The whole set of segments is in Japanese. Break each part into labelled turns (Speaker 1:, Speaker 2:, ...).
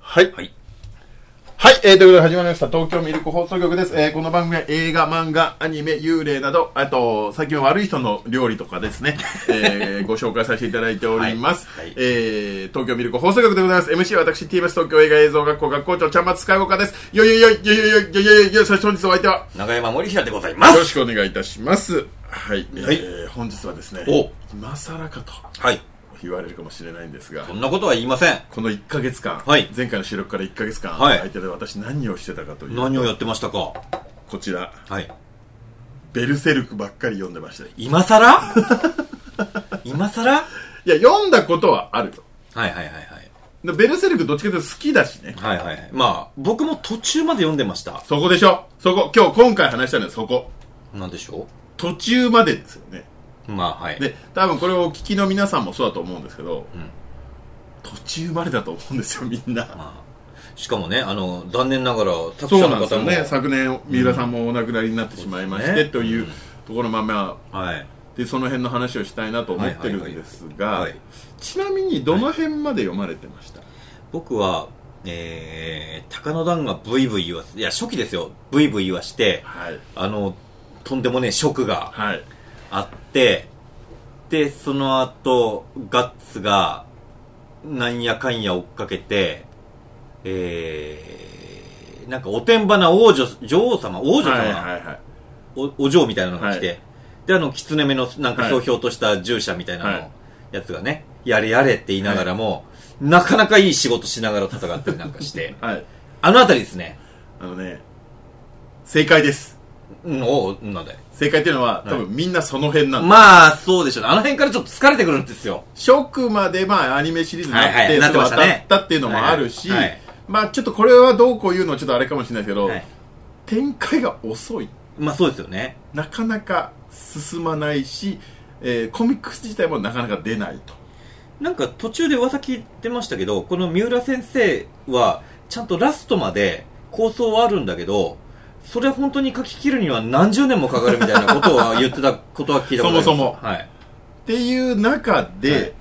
Speaker 1: はい。
Speaker 2: はい。
Speaker 1: はい、えー、ということで始まりました、東京ミルク放送局です。えー、この番組は映画、漫画、アニメ、幽霊など、あと、最近は悪い人の料理とかですね、えー、ご紹介させていただいております。
Speaker 2: はいはい
Speaker 1: えー、東京ミルク放送局でございます。MC は私、TBS 東京映画映像学校学校長、ちゃんまつかいごかです。よいよいよいよいよいよいよいよいよいよそして本日お相手は、
Speaker 2: 長山森平でございま
Speaker 1: よろ
Speaker 2: す。
Speaker 1: しくお願いいたします。はい、えー
Speaker 2: はい
Speaker 1: 本日はですね、
Speaker 2: お
Speaker 1: 今更かと
Speaker 2: はい。
Speaker 1: 言われるかもしれないんですが
Speaker 2: そ、んなことは言いません。
Speaker 1: この1ヶ月間、
Speaker 2: はい
Speaker 1: 前回の収録から1ヶ月間、
Speaker 2: はい
Speaker 1: 相手で私何をしてたかという、
Speaker 2: 何をやってましたか
Speaker 1: こちら、
Speaker 2: はい。
Speaker 1: ベルセルクばっかり読んでましたね
Speaker 2: 今さ ら今さら
Speaker 1: いや、読んだことはあるよ。
Speaker 2: はいはいはいはい。
Speaker 1: でベルセルクどっちかというと好きだしね。
Speaker 2: はいはいはい。まあ、僕も途中まで読んでました。
Speaker 1: そこでしょそこ、今日今回話したのはそこ。
Speaker 2: なんでしょ
Speaker 1: 途中までですよね。
Speaker 2: うまあ、はい。
Speaker 1: で、多分これをお聞きの皆さんもそうだと思うんですけど、
Speaker 2: ん
Speaker 1: 途中までだと思うんですよ、みんな。
Speaker 2: まあ、しかもね、あの、残念ながら、作
Speaker 1: そう
Speaker 2: 者
Speaker 1: なん
Speaker 2: の
Speaker 1: です
Speaker 2: 方
Speaker 1: よ
Speaker 2: も。
Speaker 1: ね。昨年、三浦さんもお亡くなりになってしまいまして、
Speaker 2: うん
Speaker 1: というところ、まあまあ、
Speaker 2: はい。
Speaker 1: で、その辺の話をしたいなと思ってるんですが
Speaker 2: はい、
Speaker 1: ちなみにどの辺まで読まれてました、
Speaker 2: 僕は、えー、高野団がブイブイ言わせ、いや、初期ですよ。ブイブイ言わして、
Speaker 1: はい。
Speaker 2: あの、とんでもねえショックが
Speaker 1: はい。
Speaker 2: あって、で、その後、ガッツが、なんやかんや追っかけて、えー、なんかおてんばな王女、女王様、王女様、
Speaker 1: はいはいはい。
Speaker 2: おお嬢みたいなのが来て、
Speaker 1: は
Speaker 2: で、あの、狐目の、なんか、
Speaker 1: はい
Speaker 2: ひょうひょうとした従者みたいなの、
Speaker 1: はい
Speaker 2: やつがね、やれやれって言いながらも、なかなかいい仕事しながら戦ったりなんかして、
Speaker 1: はい。
Speaker 2: あのあたりですね、
Speaker 1: あのね、正解です。
Speaker 2: うん、おうなんだよ。
Speaker 1: 正解っていうのは、多分みんなその辺なんだ。
Speaker 2: まあ、そうでしょうね。あの辺からちょっと疲れてくるんですよ。
Speaker 1: ショックまで、まあ、アニメシリーズになって、
Speaker 2: はいはいなってましたね
Speaker 1: それ渡ったっていうのもあるし、
Speaker 2: はいはい
Speaker 1: まあ、ちょっとこれはどうこう言うのはちょっとあれかもしれないですけど、
Speaker 2: はい。
Speaker 1: 展開が遅い。
Speaker 2: まあ、そうですよね。
Speaker 1: なかなか進まないし、えーコミックス自体もなかなか出ないと。
Speaker 2: なんか途中で噂聞いてましたけど、この三浦先生は、ちゃんとラストまで構想はあるんだけど、それ本当に書き切るには何十年もかかるみたいなことは言ってたことは聞いたことあります
Speaker 1: そもそも
Speaker 2: はい。
Speaker 1: っていう中で、
Speaker 2: はい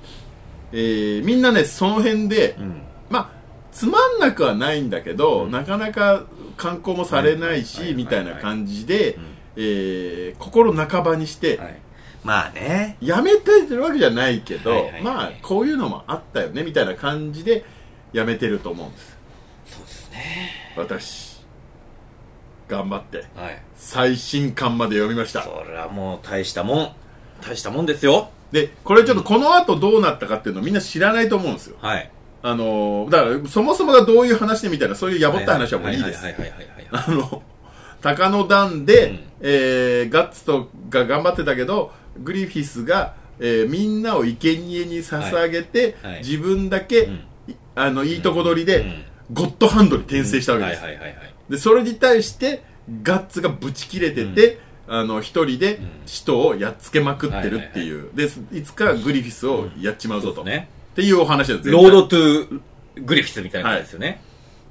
Speaker 1: えーみんなね、その辺で
Speaker 2: う、ん。
Speaker 1: まあ、つまんなくはないんだけど、
Speaker 2: うん
Speaker 1: なかなか観光もされないし、
Speaker 2: はいはいはい
Speaker 1: みたいな感じで、
Speaker 2: うん
Speaker 1: えー心半ばにして、
Speaker 2: はい。まあね。
Speaker 1: やめたいというわけじゃないけど、
Speaker 2: はいはいはい
Speaker 1: まあこういうのもあったよねみたいな感じでやめてると思うんです
Speaker 2: そうですね。
Speaker 1: 私頑張って
Speaker 2: はい。
Speaker 1: 最新刊まで読みました
Speaker 2: そりゃもう大したもん。大したもんですよ。
Speaker 1: でこれちょっとこの後どうなったかっていうのみんな知らないと思うんですよ
Speaker 2: はい。
Speaker 1: あのーだからそもそもがどういう話でみたいなそういうやぼったい話はもういいです
Speaker 2: はいはいはいはいはい。
Speaker 1: あの、鷹の段で、
Speaker 2: うん
Speaker 1: えーガッツとが頑張ってたけど、グリフィスが、えーみんなを生贄に捧げて、
Speaker 2: はいはい
Speaker 1: 自分だけ、
Speaker 2: ん
Speaker 1: いあの、いいとこ取りで、
Speaker 2: うん
Speaker 1: ゴッドハンドに転生したわけです。
Speaker 2: はいはいはいはい。
Speaker 1: で、それに対して、ガッツがぶち切れてて、あの、一人で、使徒をやっつけまくってるっていう。で、いつかグリフィスをやっちまうぞと。
Speaker 2: ね。
Speaker 1: っていうお話なんです
Speaker 2: ロードトゥグリフィスみたいな感じですよね。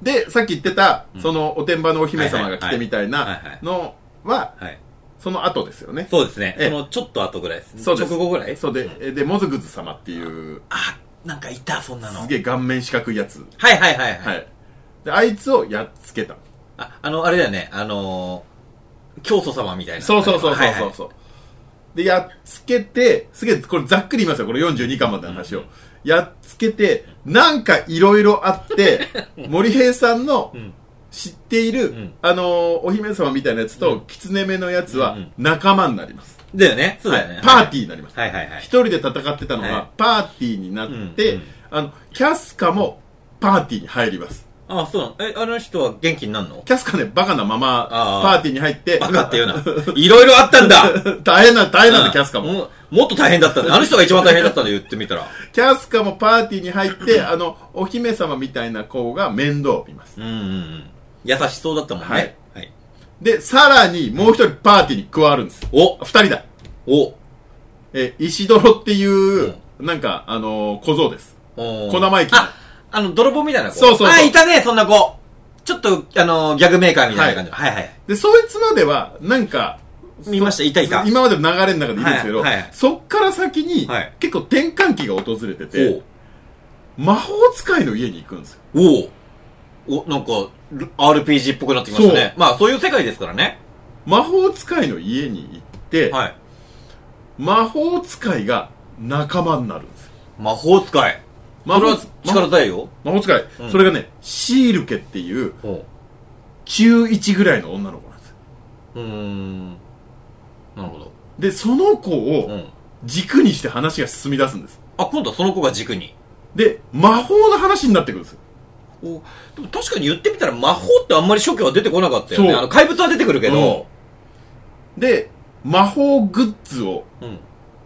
Speaker 1: で、さっき言ってた、その、おてんばのお姫様が来てみたい
Speaker 2: はいはいはい
Speaker 1: な
Speaker 2: はい
Speaker 1: のは、
Speaker 2: はい。
Speaker 1: その後ですよね。
Speaker 2: そうですね。
Speaker 1: ええ
Speaker 2: そのちょっと後ぐらいです。
Speaker 1: そうです
Speaker 2: 直後ぐらい
Speaker 1: そうで、えで、モズグズ様っていう、
Speaker 2: あ、なんかいた、そんなの。
Speaker 1: すげえ顔面四角いやつ。
Speaker 2: はいはいはいは。
Speaker 1: はいい。で、あいつをやっつけた。
Speaker 2: あ、あの、あれだよね。あのー、教祖様みたいな。
Speaker 1: そうそうそう
Speaker 2: は
Speaker 1: そ
Speaker 2: いうはい
Speaker 1: そうそう。で、やっつけて、すげえ、これざっくり言いますよ、これ42巻までの話を。やっつけて、なんかいろいろあって、 森平さんの
Speaker 2: ん
Speaker 1: 知っている、
Speaker 2: ん
Speaker 1: あのーお姫様みたいなやつと、狐目のやつは
Speaker 2: うんうん
Speaker 1: 仲間になります。
Speaker 2: だよね。そうだよね。
Speaker 1: はいパーティーになります。
Speaker 2: はいはいはい
Speaker 1: 一。人で戦ってたの
Speaker 2: はい
Speaker 1: がパーティーになって、
Speaker 2: うんうん
Speaker 1: あのキャスカもパーティーに入ります
Speaker 2: あ、そうなの。え、あの人は元気になるの
Speaker 1: キャスカねバカなまま
Speaker 2: あー
Speaker 1: パーティーに入って
Speaker 2: バカって言うな。いろいろあったん だ
Speaker 1: 大変な大変なんだキャスカも
Speaker 2: も。もっと大変だったんだ。あの人が一番大変だったんだ、言ってみたら。
Speaker 1: キャスカもパーティーに入 ってあのお姫様みたいな子が面倒を見ます
Speaker 2: うんうんうん。優しそうだったもんね。
Speaker 1: はい。
Speaker 2: はい、
Speaker 1: でさらにもう一人パーティーに加わるんです
Speaker 2: お
Speaker 1: 二人だ
Speaker 2: お
Speaker 1: え石泥っていう、なんかあのー小僧です
Speaker 2: おー
Speaker 1: 小生意気
Speaker 2: あ、あの、泥棒みたいな子。
Speaker 1: そうそうそう
Speaker 2: あ、いたね、そんな子。ちょっと、あの、ギャグメーカーみたいな感じの。はい、はい、
Speaker 1: でそいつまではなんか
Speaker 2: 見ました、いたいた。
Speaker 1: 今までの流れの中でいるんですけど、
Speaker 2: はいはい
Speaker 1: そっから先に、
Speaker 2: はい
Speaker 1: 結構転換期が訪れてて、魔法使いの家に行くんですよ。
Speaker 2: おうおうお、なんか、ル RPG っぽくなってきましたね。まあ、そういう世界ですからね。
Speaker 1: 魔法使いの家に行って、
Speaker 2: はい。
Speaker 1: 魔法使いが仲間になるんですよ
Speaker 2: 魔法使い。
Speaker 1: 魔
Speaker 2: それ
Speaker 1: 法
Speaker 2: は力強いよ。
Speaker 1: 魔法使い、
Speaker 2: うん
Speaker 1: それがねシールケっていう
Speaker 2: ほ
Speaker 1: 中1ぐらいの女の子なんですよ
Speaker 2: う。うーん。なるほど。
Speaker 1: でその子
Speaker 2: う
Speaker 1: を
Speaker 2: ん。
Speaker 1: 軸にして話が進み出すんです
Speaker 2: あ、今度はその子が軸に。
Speaker 1: で魔法の話になってくるんですよ
Speaker 2: おでも確かに言ってみたら魔法ってあんまり初期は出てこなかったよね。
Speaker 1: そう
Speaker 2: あの怪物は出てくるけど。
Speaker 1: で魔法グッズを
Speaker 2: うん。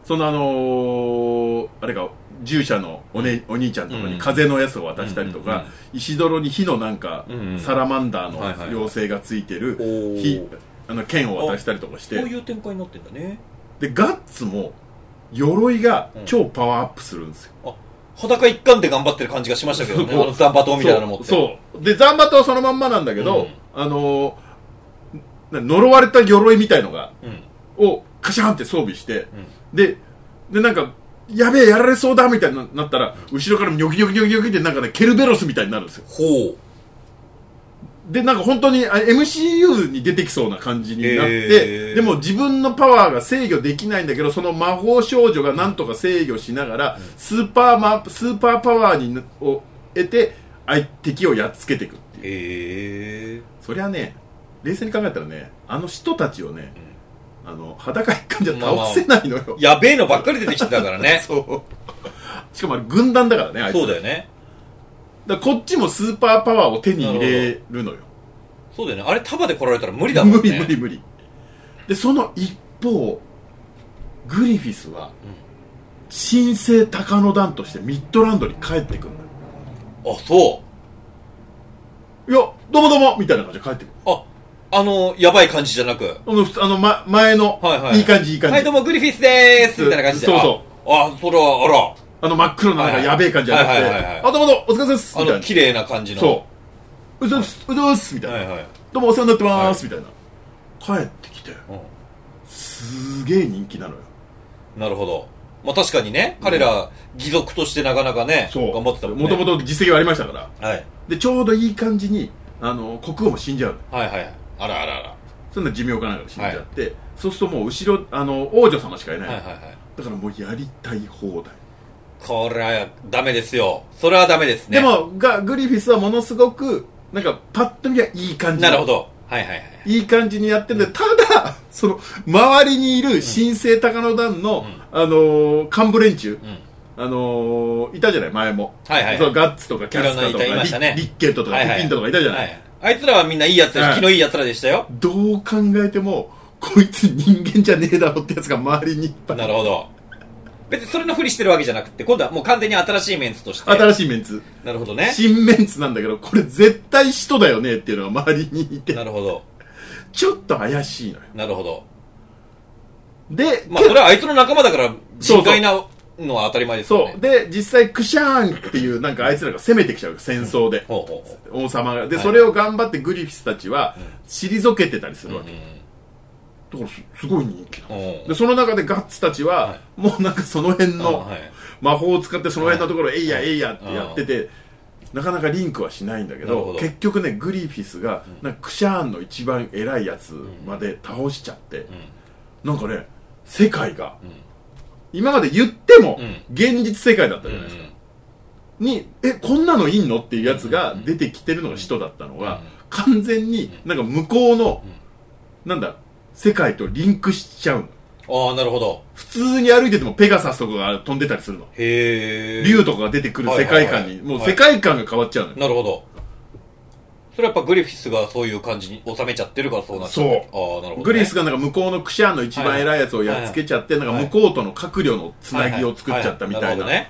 Speaker 1: そのあのーあれか従者のお,、ね、お兄ちゃんとか
Speaker 2: うん
Speaker 1: に風のやつを渡したりとか、
Speaker 2: うんうんうん
Speaker 1: 石泥に火のなんか、
Speaker 2: うんうん
Speaker 1: サラマンダーの
Speaker 2: はいはい
Speaker 1: 妖精がついてる、
Speaker 2: おー
Speaker 1: 火あの剣を渡したりとかして
Speaker 2: そういう展開になってんだね。
Speaker 1: でガッツも鎧が超パワーアップするんですよ、
Speaker 2: 裸一貫で頑張ってる感じがしましたけどね。あ
Speaker 1: そう
Speaker 2: のザンバトンみたいなの持って。
Speaker 1: そうそうでザンバトはそのまんまなんだけど、
Speaker 2: うん
Speaker 1: あのーな呪われた鎧みたいのが
Speaker 2: う。うん。
Speaker 1: をカシャンって装備して、ででなんかやべえやられそうだみたいになったら後ろからニョキニョキニョキニョキってなんかねケルベロスみたいになるんですよ
Speaker 2: ほう。
Speaker 1: でなんか本当にあ MCU に出てきそうな感じになって、
Speaker 2: へー
Speaker 1: でも自分のパワーが制御できないんだけどその魔法少女がなんとか制御しながら、スーパーマスーパーパワーにを得て相敵をやっつけていくっていう
Speaker 2: へえ。
Speaker 1: そりゃね冷静に考えたらねあの人たちをね、あの裸一貫じゃ
Speaker 2: まあま
Speaker 1: 倒
Speaker 2: あ
Speaker 1: せないのよ、
Speaker 2: やべえのばっかり出てきてたから ね。
Speaker 1: そうしかもあれ軍団だからねあいつ
Speaker 2: そうだよね。
Speaker 1: だからこっちもスーパーパワーを手に入れるのよ
Speaker 2: そうだよね。あれ束で来られたら無理だもんね。
Speaker 1: 無理無理無理でその一方グリフィスは新生高野団としてミッドランドに帰ってくる
Speaker 2: あ、そ
Speaker 1: のよいやどうもどうもみたいな感じで帰ってくる
Speaker 2: う。あ、あの、やばい感じじゃなく。
Speaker 1: あのふつあの、ま、前の、
Speaker 2: はいはい
Speaker 1: い感じいい感じ、
Speaker 2: はい、どうも、グリフィスでーす
Speaker 1: うん
Speaker 2: みたいな感じで。
Speaker 1: そうそ
Speaker 2: あ、あ、それは、あら。
Speaker 1: あの真っ黒のなんか
Speaker 2: はいはい
Speaker 1: やべえ感じじゃなくて、
Speaker 2: はいはいはいはい
Speaker 1: あどうもどうもお疲れ様です
Speaker 2: あ
Speaker 1: みたい
Speaker 2: の、
Speaker 1: な
Speaker 2: 綺麗な感じの。
Speaker 1: そううざっすうざっすみたいな、
Speaker 2: はいはい。
Speaker 1: どうもお世話になってます、みたいな帰ってきて
Speaker 2: う
Speaker 1: すげえ人気なのよ
Speaker 2: ん、なるほど。まあ確かにね、彼ら、義族としてなかなかね、
Speaker 1: そう
Speaker 2: 頑張ってたもんね。
Speaker 1: もともと実績はありましたから
Speaker 2: はい。
Speaker 1: でちょうどいい感じにあの国王も死んじゃう
Speaker 2: はいはい。あらあらあら。
Speaker 1: そんな寿命かなんかで死んじゃって、そうするともう後ろあの王女様しかいない、
Speaker 2: はいはいはい。
Speaker 1: だからもうやりたい放題、
Speaker 2: これは、ダメですよ。それはダメですね。
Speaker 1: で、もがグリフィスはものすごくなんかパッと見はいい感じ
Speaker 2: なるほど。はいはいはい。
Speaker 1: いい感じにやってるんで、ただその周りにいる新生高野団の、あのー幹部連中、
Speaker 2: うん。
Speaker 1: あのー、いたじゃない前も、
Speaker 2: はいはい
Speaker 1: そうガッツとかキャスカーと
Speaker 2: いろんな板いまし
Speaker 1: か
Speaker 2: たね
Speaker 1: リリッケットとか
Speaker 2: はい
Speaker 1: ピ
Speaker 2: はい
Speaker 1: ピントとかいたじゃない、
Speaker 2: はい。あいつらはみんないいやつで
Speaker 1: はい
Speaker 2: 引きのいいやつらでしたよ。
Speaker 1: どう考えてもこいつ人間じゃねえだろってやつが周りにいっぱい
Speaker 2: なるほど。別にそれのふりしてるわけじゃなくて、今度はもう完全に新しいメンツとして。
Speaker 1: 新しいメンツ
Speaker 2: なるほどね。
Speaker 1: 新メンツなんだけどこれ絶対使徒だよねっていうのが周りにいて
Speaker 2: なるほど。
Speaker 1: ちょっと怪しいのよ
Speaker 2: なるほど。
Speaker 1: で、
Speaker 2: まあ、それはあいつの仲間だから、人海なのは当たり前ですよ
Speaker 1: そ
Speaker 2: ね。
Speaker 1: うで実際クシャーンっていうなんかあいつらが攻めてきちゃう戦争で、
Speaker 2: ほうほうほう。
Speaker 1: 王様がで、
Speaker 2: い
Speaker 1: それを頑張ってグリフィスたちは退けてたりするわけ、だからすすごい人気なの
Speaker 2: うん
Speaker 1: でその中でガッツたちは、
Speaker 2: はい
Speaker 1: もうなんかその辺
Speaker 2: あ
Speaker 1: の
Speaker 2: はい
Speaker 1: 魔法を使ってその辺のところ、えいやえいやってやってて、なかなかリンクはしないんだけ
Speaker 2: なる
Speaker 1: ど
Speaker 2: ほど
Speaker 1: 結局ねグリフィスがなんかクシャーンの一番偉いやつまで倒しちゃって、なんかね世界が、今まで言っても
Speaker 2: うん
Speaker 1: 現実世界だったじゃ
Speaker 2: う
Speaker 1: ないですか、
Speaker 2: ん
Speaker 1: にえこんなのいんのっていうやつが出てきてるのが使徒だったのが、完全になんか向こうの、なんだ世界とリンクしちゃうの
Speaker 2: ああ、なるほど。
Speaker 1: 普通に歩いててもペガサスとかが飛んでたりするの
Speaker 2: へえ。
Speaker 1: 竜とかが出てくる世界観に、
Speaker 2: はいはいはい
Speaker 1: もう世界観が変わっちゃうのよ、
Speaker 2: なるほど。それはやっぱグリフィスがそういう感じに収めちゃってるからそうなっちゃってる。ああ、なるほど、ね。
Speaker 1: グリス
Speaker 2: が
Speaker 1: がなんか向こうのクシャーンの一番偉いやつをやっつけちゃって、なんか向こうとの閣僚のつなぎを作っちゃったみたいな、
Speaker 2: なる
Speaker 1: は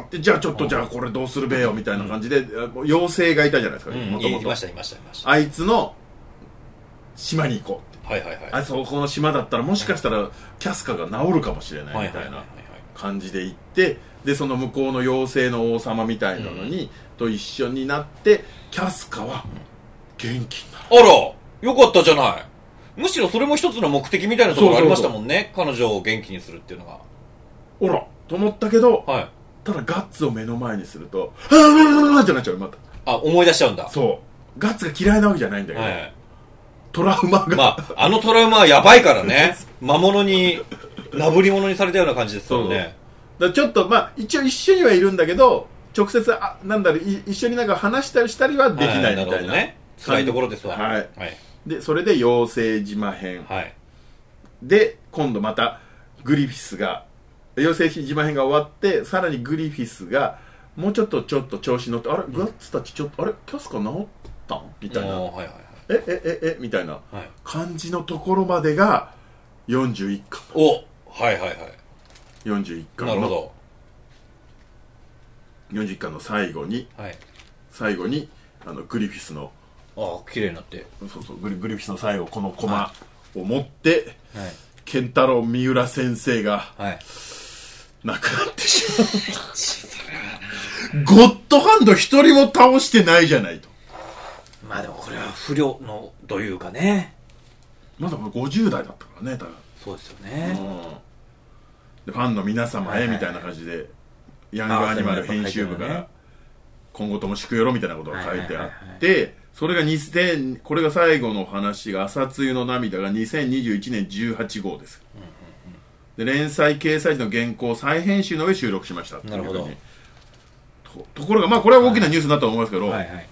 Speaker 1: あってじゃあちょっとじゃあこれどうするべよみたいな感じで、妖精がいたじゃないですか
Speaker 2: ほどね。
Speaker 1: も
Speaker 2: うん、
Speaker 1: と
Speaker 2: い
Speaker 1: も
Speaker 2: いまし
Speaker 1: と
Speaker 2: た、いました、いました。
Speaker 1: あいつの島に行こうって
Speaker 2: はいはいはい。
Speaker 1: あそこの島だったらもしかしたらキャスカが治るかもしれないみたいな感じで行ってでその向こうの妖精の王様みたいなのに、と一緒になってキャスカは元気になる
Speaker 2: あら、よかったじゃない。むしろそれも一つの目的みたいなところありましたもんね。彼女を元気にするっていうのが。
Speaker 1: おらと思ったけど
Speaker 2: はい。
Speaker 1: ただガッツを目の前にすると「ああじゃなっちゃうまた
Speaker 2: あ、思い出しちゃうんだ。
Speaker 1: そうガッツが嫌いなわけじゃないんだけど、
Speaker 2: はい。
Speaker 1: トラウマが、
Speaker 2: まあ、あのトラウマはやばいか らね。魔物に、なぶり物にされたような感じですもんね。
Speaker 1: だからちょっとまあ一応一緒にはいるんだけど直接あなんだろうい一緒になんか話したりしたりはできない
Speaker 2: は
Speaker 1: みたいな,、
Speaker 2: ね。辛いところですわ。
Speaker 1: はい
Speaker 2: はい。
Speaker 1: でそれで養成島編
Speaker 2: はい。
Speaker 1: で今度またグリフィスが養成島編が終わってさらにグリフィスがもうちょっとちょっと調子乗ってあれガッツたちちょっとあれキャスカ治ったんみたいな
Speaker 2: もうはいはい
Speaker 1: ええええみたいな
Speaker 2: はい。はい、
Speaker 1: 感じのところまでが41巻
Speaker 2: おはいはいは
Speaker 1: 41
Speaker 2: い。
Speaker 1: 巻
Speaker 2: なるほ
Speaker 1: の
Speaker 2: ど。
Speaker 1: 41巻の最後に
Speaker 2: はい。
Speaker 1: 最後にあのグリフィスの
Speaker 2: ああ、綺麗になって。
Speaker 1: そうそうグリグリフィスの最後このコマを持って
Speaker 2: はい。
Speaker 1: 健太郎三浦先生が
Speaker 2: はい。
Speaker 1: 亡くなってしま うゴッドハンド一人も倒してないじゃないと
Speaker 2: まあでもこれは不良の、というかね。
Speaker 1: まだこれ50代だったからね多分
Speaker 2: そうですよ
Speaker 1: う
Speaker 2: ね。
Speaker 1: んでファンの皆様
Speaker 2: はい
Speaker 1: へ
Speaker 2: はい
Speaker 1: みたいな感じでヤングアニマル編集部か
Speaker 2: あそういうのやっぱ書いてある
Speaker 1: ら
Speaker 2: ね
Speaker 1: 今後とも祝よろみたいなことが書いてあ
Speaker 2: はいはい
Speaker 1: っ
Speaker 2: は
Speaker 1: てそれが2000これが最後の話が「朝露の涙」が2021年18号ですで連載掲載時の原稿を再編集の上収録しました
Speaker 2: なるほ
Speaker 1: と
Speaker 2: ど
Speaker 1: いうふうにとところがまあこれは大きなニュースになったと思いますけど
Speaker 2: はいはい。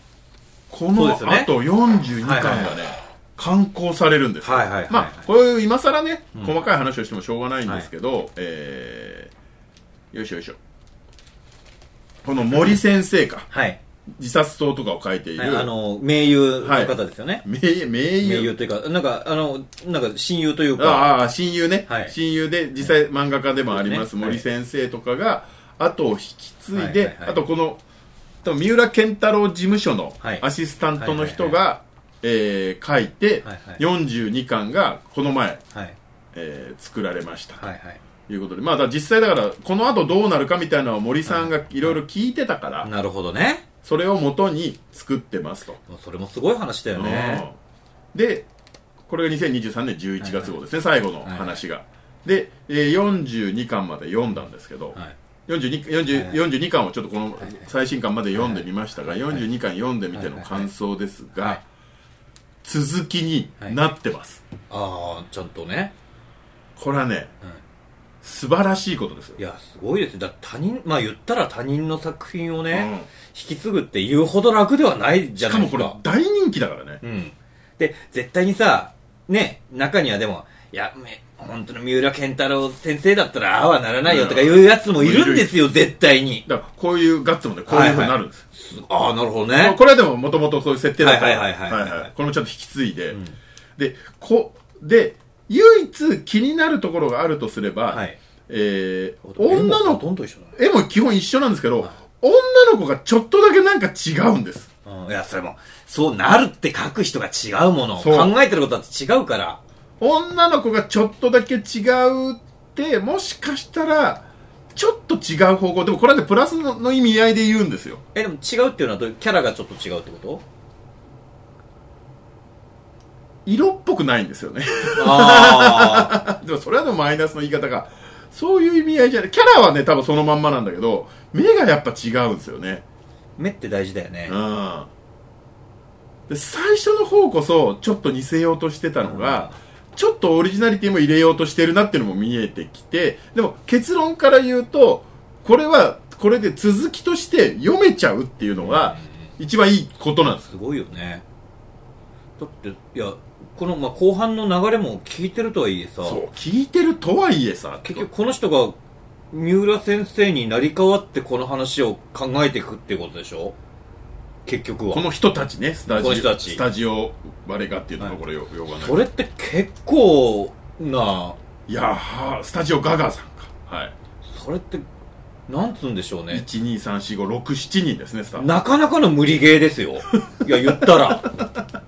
Speaker 1: こ
Speaker 2: そう
Speaker 1: の
Speaker 2: で
Speaker 1: あ
Speaker 2: すよね
Speaker 1: と42巻
Speaker 2: はい
Speaker 1: がね刊行されるんですよ
Speaker 2: はいはいはい
Speaker 1: まあこういう今更ね細かい話をしてもしょうがないんですけどえーよいしょよいしょこの森先生か
Speaker 2: はい。
Speaker 1: 自殺党とかを書いてい
Speaker 2: は
Speaker 1: る
Speaker 2: い、あの、名優の方ですよね。
Speaker 1: 名優名
Speaker 2: 名
Speaker 1: 優
Speaker 2: 優というか、なんか、あの、なんか親友というか、
Speaker 1: ああ親友ね
Speaker 2: はい
Speaker 1: 親友で実際漫画家でもあります
Speaker 2: そうで
Speaker 1: 森
Speaker 2: すね
Speaker 1: 先生とかが後を引き継い
Speaker 2: はい
Speaker 1: で
Speaker 2: はいはい
Speaker 1: あとこの多分三浦健太郎事務所の
Speaker 2: はい
Speaker 1: アシスタントの人がえー書いて
Speaker 2: はいはい
Speaker 1: 42巻がこの前
Speaker 2: はい。
Speaker 1: えー作られました
Speaker 2: はいはい。
Speaker 1: ということでまあだから実際だからこの後どうなるかみたいなのを森さんがいろいろ聞いてたから
Speaker 2: なるほどね。
Speaker 1: それを元に作ってますと。
Speaker 2: もうそれもすごい話だよね。
Speaker 1: うんでこれが2023年11月号ですね、最後の話が、で、えー42巻まで読んだんですけど、
Speaker 2: はい。
Speaker 1: 42,
Speaker 2: はいは
Speaker 1: 40
Speaker 2: い
Speaker 1: 42巻をちょっとこの最新巻まで読んでみましたが、42巻読んでみての感想ですが、
Speaker 2: はい
Speaker 1: 続きになってます、
Speaker 2: ああ、ちゃんとね。
Speaker 1: これはね
Speaker 2: うん
Speaker 1: 素晴らしいことですよ
Speaker 2: いや、すごいですよだって他人、まあ言ったら他人の作品をね、
Speaker 1: うん
Speaker 2: 引き継ぐって言うほど楽ではないじ
Speaker 1: し
Speaker 2: ゃな
Speaker 1: か
Speaker 2: いで
Speaker 1: も
Speaker 2: すか。
Speaker 1: これ大人気だからね、
Speaker 2: うん。で、絶対にさ、ね、中にはでも、いや、め本当の三浦健太郎先生だったらああはならないよとかいうやつもいるんですよ、絶対に。
Speaker 1: だからこういうガッツもねこういうふうになるんです、
Speaker 2: ああ、なるほどね。
Speaker 1: これはでももともとそういう設定だったから
Speaker 2: はいはいはいはい
Speaker 1: はいこれもちょっと引き継いで、でこで唯一気になるところがあるとすれば、
Speaker 2: はい。
Speaker 1: えー女の
Speaker 2: ほ
Speaker 1: 子
Speaker 2: とんど一緒だね
Speaker 1: 絵も基本一緒なんですけど、女の子がちょっとだけなんか違うんです
Speaker 2: うん。いや、それも、そうなるって書く人が違うもの。
Speaker 1: そう
Speaker 2: 考えてることだって違うから。
Speaker 1: 女の子がちょっとだけ違うってもしかしたらちょっと違う方向でもこれはねプラスのの意味合いで言うんですよ
Speaker 2: え、でも違うっていうのはどういうキャラがちょっと違うってこと
Speaker 1: 色っぽくないんですよね
Speaker 2: あ
Speaker 1: でもそれはでもマイナスの言い方がそういう意味合いじゃないキャラはね多分そのまんまなんだけど目がやっぱ違うんですよね
Speaker 2: あ。目って大事だよね
Speaker 1: う。んで最初の方こそちょっと似せようとしてたのが、ちょっとオリジナリティも入れようとしてるなっていうのも見えてきてでも結論から言うとこれはこれで続きとして読めちゃうっていうのが一番いいことなんです
Speaker 2: すごいよね。だって、いや、この、まあ、後半の流れも聞いてるとはいえさ、
Speaker 1: そう聞いてるとはいえさ
Speaker 2: 結局この人が三浦先生になり変わってこの話を考えていくっていうことでしょ結局
Speaker 1: こ
Speaker 2: は
Speaker 1: の人たちねスタジ
Speaker 2: こ
Speaker 1: オ
Speaker 2: の人たち
Speaker 1: スタジオ我がっていうのがこれよよくわかんない
Speaker 2: それって結構ない
Speaker 1: やースタジオガガさんか、はい
Speaker 2: それってなんつうんでしょうね
Speaker 1: 1234567人ですねスタッフ
Speaker 2: なかなかの無理ゲーですよいや言ったら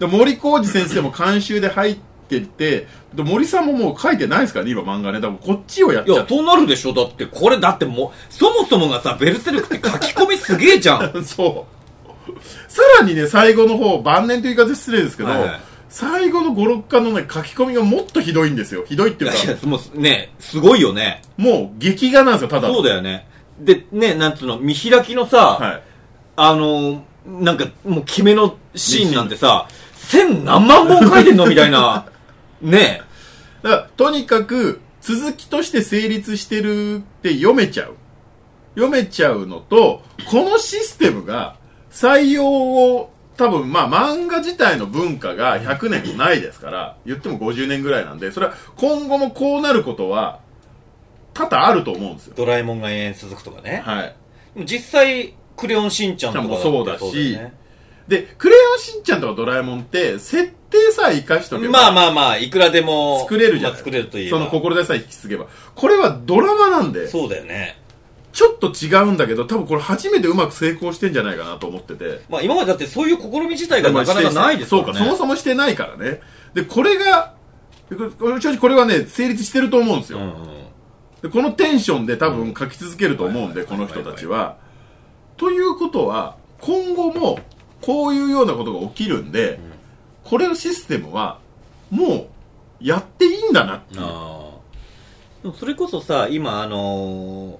Speaker 1: で森浩二先生も監修で入っててで森さんももう書いてないですからね今漫画ね多分こっちをやっ
Speaker 2: い
Speaker 1: ちゃ
Speaker 2: や
Speaker 1: っ
Speaker 2: そうなるでしょだってこれだってもうそもそもがさベルセルクって書き込みすげえじゃん
Speaker 1: たそうさらにね最後の方晩年という言い方失礼ですけど、
Speaker 2: はいはい
Speaker 1: 最後の56巻のね書き込みがもっとひどいんですよひどいって
Speaker 2: い
Speaker 1: いう
Speaker 2: や
Speaker 1: か
Speaker 2: いやもうねすごいよね
Speaker 1: もう劇画なんですよただ
Speaker 2: そう
Speaker 1: だ
Speaker 2: だよねでねなんつうの見開きのさ、
Speaker 1: はい
Speaker 2: あの、なんかもう決めのシーンなんてさ、千何万本書いてんのみたい な。ね
Speaker 1: だからとにかく続きとして成立してるって読めちゃう読めちゃうのとこのシステムが採用を多分まあ漫画自体の文化が100年もないですから言っても50年ぐらいなんでそれは今後もこうなることは多々あると思うんですよ
Speaker 2: ドラえもんが永遠続くとかね。
Speaker 1: はい
Speaker 2: でも実際、クレヨンしんちゃんとかって
Speaker 1: そうだし
Speaker 2: よね
Speaker 1: で「クレヨンしんちゃん」とか「ドラえもん」って設定さえ生かしとけば
Speaker 2: まあまあまあ、いくらでも。
Speaker 1: 作れるじゃん、
Speaker 2: まあ作れるといえば。
Speaker 1: その志さえ引き継げばこれはドラマなんで
Speaker 2: そうだよね。
Speaker 1: ちょっと違うんだけど、多分これ初めてうまく成功してんじゃないかなと思ってて。
Speaker 2: まあ今までだってそういう試み自体がなかなかないです
Speaker 1: そ
Speaker 2: か
Speaker 1: う
Speaker 2: ら
Speaker 1: か、
Speaker 2: ね。
Speaker 1: そもそもしてないからね。で、これが、でこれこれ正直これはね、成立してると思うんですよ。
Speaker 2: うんうん
Speaker 1: でこのテンションで多分書き続けると思うんで、この人たちは。ということは、今後もこういうようなことが起きるんで、これのシステムは、もう、やっていいんだなっていう。
Speaker 2: あーでもそれこそさ、今、あの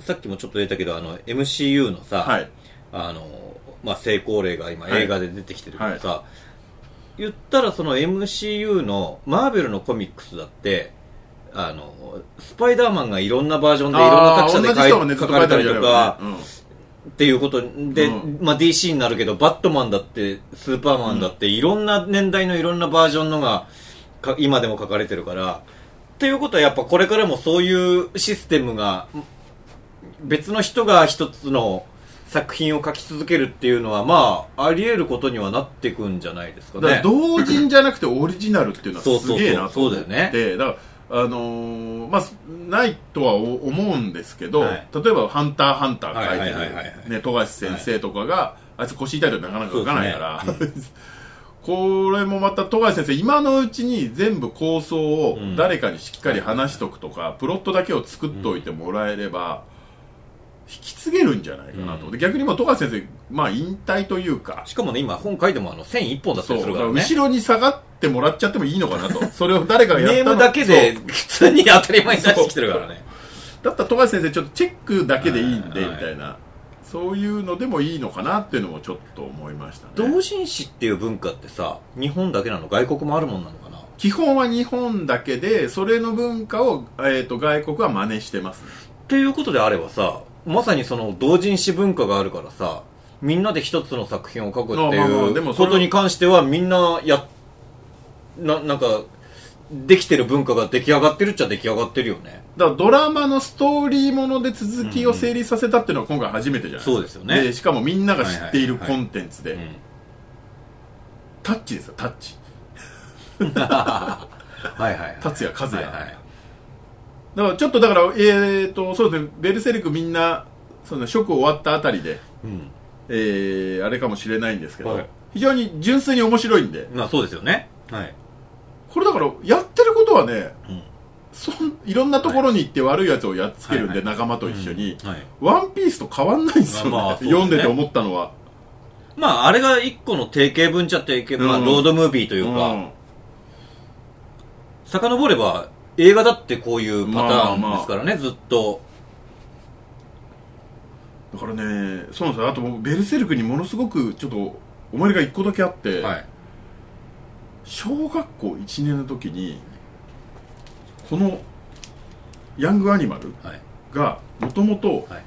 Speaker 2: ーさっきもちょっと出たけど、あの、MCU のさ、
Speaker 1: はい。
Speaker 2: あのーまあ、成功例が今
Speaker 1: はい
Speaker 2: 映画で出てきてるけどさ、言ったらその MCU の、マーベルのコミックスだって、あのースパイダーマンがいろんなバージョンでいろんな
Speaker 1: あー
Speaker 2: 作者で
Speaker 1: 同じ
Speaker 2: 書い
Speaker 1: 人がね、ずっ
Speaker 2: 書
Speaker 1: と書
Speaker 2: かれ
Speaker 1: いて
Speaker 2: た
Speaker 1: あ
Speaker 2: り
Speaker 1: る
Speaker 2: と
Speaker 1: よ
Speaker 2: か、
Speaker 1: ね。うん
Speaker 2: っていうことで、
Speaker 1: うん
Speaker 2: まあ、DC になるけどバットマンだってスーパーマンだって、いろんな年代のいろんなバージョンのがか今でも書かれてるからっていうことはやっぱこれからもそういうシステムが別の人が一つの作品を書き続けるっていうのはまああり得ることにはなっていくんじゃないですか
Speaker 1: だから
Speaker 2: ね。
Speaker 1: 同人じゃなくてオリジナルっていうのは
Speaker 2: そうそ
Speaker 1: す
Speaker 2: う
Speaker 1: げえ
Speaker 2: そ
Speaker 1: な
Speaker 2: う
Speaker 1: と
Speaker 2: そう
Speaker 1: 思
Speaker 2: だ
Speaker 1: っ
Speaker 2: よね。
Speaker 1: てだからあのーまあすないとはお思うんですけど、
Speaker 2: はい
Speaker 1: 例えば「ハンターハンター」書い
Speaker 2: は
Speaker 1: て
Speaker 2: いはいはいはいはい
Speaker 1: るね富樫先生とかが、あいつ腰痛いとなかなか書かないから、 これもまた富樫先生今のうちに全部構想を
Speaker 2: うん
Speaker 1: 誰かにしっかり話しとくとか、プロットだけを作っておいてもらえれば、引き継げるんじゃないかなと思って、逆にもう富樫先生まあ引退というか
Speaker 2: しかもね今本書いてもあの線一本だった
Speaker 1: そう
Speaker 2: りする
Speaker 1: だ
Speaker 2: か
Speaker 1: からら
Speaker 2: ね。
Speaker 1: 後ろに下がってもらっちゃってもいいのかな とそれを誰かがやった
Speaker 2: ネー
Speaker 1: の
Speaker 2: ムだけで普通に当たり前に出してきてるからね。
Speaker 1: そうだったら富樫先生ちょっとチェックだけでいいんで
Speaker 2: はい
Speaker 1: みたいな、そういうのでもいいのかなっていうのもちょっと思いましたね
Speaker 2: 同人誌っていう文化ってさ日本だけなの外国もあるもんなのかな
Speaker 1: 基本は日本だけでそれの文化を、えー、と外国は真似してますね
Speaker 2: っていうことであればさまさにその同人誌文化があるからさみんなで一つの作品を書くって
Speaker 1: まあまあまあ
Speaker 2: い
Speaker 1: で
Speaker 2: う
Speaker 1: もそ
Speaker 2: こ
Speaker 1: れは
Speaker 2: とに関してはみんなやななんかできてる文化が出来上がってるっちゃ出来上がってるよね
Speaker 1: だからドラマのストーリーもので続きを成立させたっていうのは今回初めてじゃない
Speaker 2: そうですよね
Speaker 1: でしかもみんなが知っている
Speaker 2: はいはいは
Speaker 1: コ
Speaker 2: い
Speaker 1: ンテンツで、
Speaker 2: うん
Speaker 1: タッチですよタッチ
Speaker 2: はいはいはい
Speaker 1: 達也和也
Speaker 2: はいはい
Speaker 1: だからちょっとだから、えー、とそうですね、ベルセルクみんな、そうですね、ショック終わったあたりで、
Speaker 2: うん
Speaker 1: えー、あれかもしれないんですけど、
Speaker 2: はい
Speaker 1: 非常に純粋に面白いんで、
Speaker 2: まあそうですよねはい
Speaker 1: これだから、やってることはね、
Speaker 2: うん
Speaker 1: そんいろんなところに行って悪いやつをやっつけるんで、
Speaker 2: はい
Speaker 1: 仲間と一緒に、
Speaker 2: うんはい
Speaker 1: ワンピースと変わんないんですよね、
Speaker 2: まあまあそうですね
Speaker 1: 読んでて思ったのは。
Speaker 2: まああれが一個の定型文っちゃ定型文、まあ
Speaker 1: うん
Speaker 2: ロードムービーというか、
Speaker 1: うん
Speaker 2: 遡れば映画だってこういうパター
Speaker 1: ま
Speaker 2: ン
Speaker 1: あ
Speaker 2: ですからね、ずっと
Speaker 1: だからね、そうなんですよ、あと僕、ベルセルクにものすごくちょっと思い入れが1個だけあって、
Speaker 2: はい
Speaker 1: 小学校1年の時に、このヤングアニマル、
Speaker 2: はい
Speaker 1: がもともと
Speaker 2: はい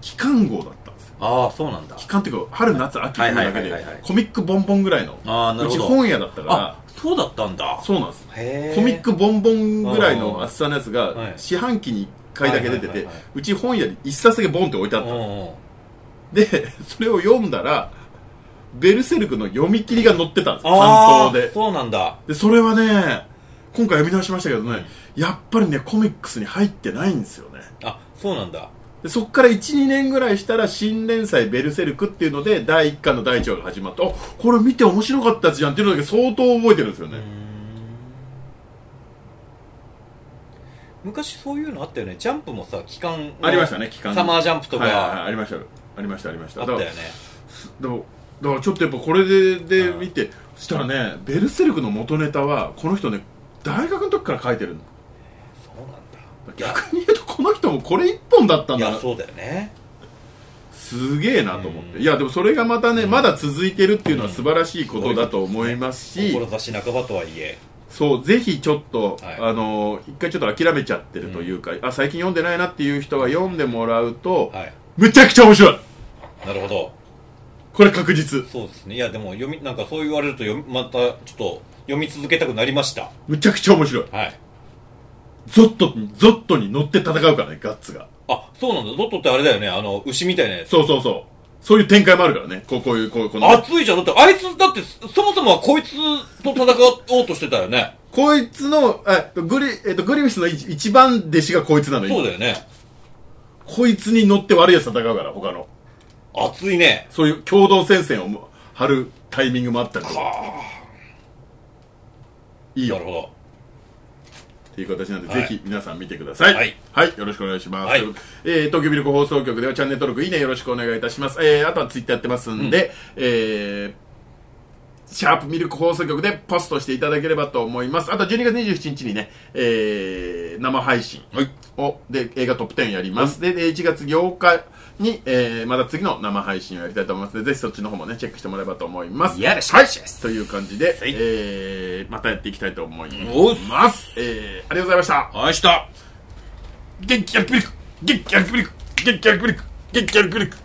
Speaker 1: 期間号だったんですよ
Speaker 2: ああそうなんだ
Speaker 1: 期間っていうか春夏秋
Speaker 2: は
Speaker 1: 冬
Speaker 2: いはい
Speaker 1: だけ
Speaker 2: は
Speaker 1: で
Speaker 2: いはいはい
Speaker 1: コミックボンボンぐらいの
Speaker 2: ああな
Speaker 1: う
Speaker 2: るほ
Speaker 1: ち
Speaker 2: ど
Speaker 1: 本屋だったか
Speaker 2: あそうだったんだ
Speaker 1: らそうなんです
Speaker 2: へえ
Speaker 1: コミックボンボンぐらいの
Speaker 2: あー
Speaker 1: 厚さのやつ
Speaker 2: はい
Speaker 1: が四半期に1回だけ出て
Speaker 2: はいはい
Speaker 1: て
Speaker 2: はいはいう
Speaker 1: ち本屋に1冊だけボンって置いてあ
Speaker 2: うん
Speaker 1: った
Speaker 2: うん
Speaker 1: でそれを読んだらベルセルクの読み切りが載ってたんですよ
Speaker 2: あ
Speaker 1: 担
Speaker 2: あ
Speaker 1: 当で
Speaker 2: そうなんだ
Speaker 1: でそれはね今回読み直しましたけどねやっぱりねコミックスに入ってないんですよね
Speaker 2: あそうなんだ
Speaker 1: でそこから12年ぐらいしたら新連載「ベルセルク」っていうので第1巻の第1話が始まってあこれ見て面白かったじゃんっていうのだけ相当覚えてるんですよ
Speaker 2: うー
Speaker 1: ね、
Speaker 2: ん昔そういうのあったよねジャンプもさ期間
Speaker 1: ありましたね期間
Speaker 2: サマージャンプとか、
Speaker 1: はいはいはいありましたありましたありました
Speaker 2: あったよね
Speaker 1: だからだからちょっとやっぱこれでで
Speaker 2: うん
Speaker 1: 見てそしたらねベルセルクの元ネタはこの人ね大学の時から書いてるの
Speaker 2: そうなんだ
Speaker 1: 逆に言うとこの人もこれ一本だったん
Speaker 2: い
Speaker 1: だ
Speaker 2: や
Speaker 1: な
Speaker 2: そうだよね
Speaker 1: すげえなと思って、
Speaker 2: うん
Speaker 1: いやでもそれがまたねまだ続いてるっていうのは素晴らしいことだと思いますし、
Speaker 2: 志半ばとはいえ
Speaker 1: そうぜひちょっと、
Speaker 2: はい
Speaker 1: あの一回ちょっと諦めちゃってるというか、あ最近読んでないなっていう人が読んでもらうと、
Speaker 2: はい
Speaker 1: むちゃくちゃ面白い
Speaker 2: なるほど
Speaker 1: これ確実
Speaker 2: そうですねいやでも読みなんかそう言われると読みまたちょっと読み続けたくなりました
Speaker 1: むちゃくちゃ面白い
Speaker 2: はい
Speaker 1: ゾットにゾットに乗って戦うからねガッツが
Speaker 2: あそうなんだゾットってあれだよねあの牛みたいなやつ
Speaker 1: そうそうそうそういう展開もあるからねこうこういうこういうこの
Speaker 2: 熱いじゃんだってあいつだってそもそもはこいつと戦おうとしてたよね
Speaker 1: こいつのあグリ、えっと、グリフィスの一一番弟子がこいつなの
Speaker 2: そう
Speaker 1: よ
Speaker 2: だよね
Speaker 1: こいつに乗って悪いやつ戦うから他の
Speaker 2: 熱いね
Speaker 1: そういう共同戦線をも張るタイミングもあったりとかいい
Speaker 2: な
Speaker 1: よ
Speaker 2: るほど
Speaker 1: っていう形なんで、
Speaker 2: はい
Speaker 1: ぜひ皆さん見てください。
Speaker 2: はい。
Speaker 1: よろしくお願いします。
Speaker 2: はい
Speaker 1: えー東京ビルク放送局ではチャンネル登録、いいねよろしくお願いいたします。えーあとはツイッターやってますんで、えーシャープミルク放送局でポストしていただければと思います。あと12月27日にね、えー生配信を、で、映画トップ10やります。で、1月8日に、えーまた次の生配信をやりたいと思いますので、ぜひそっちの方もね、チェックしてもらえればと思います。
Speaker 2: よろしくお
Speaker 1: は
Speaker 2: 願
Speaker 1: い
Speaker 2: いします。
Speaker 1: という感じで、
Speaker 2: はい
Speaker 1: えーまたやっていきたいと思います。
Speaker 2: おっ
Speaker 1: ます。えー、ありがとうございました。
Speaker 2: はいした
Speaker 1: 元気やるくびりく元気やるくびりく元気やるくびりく元気やるくびりく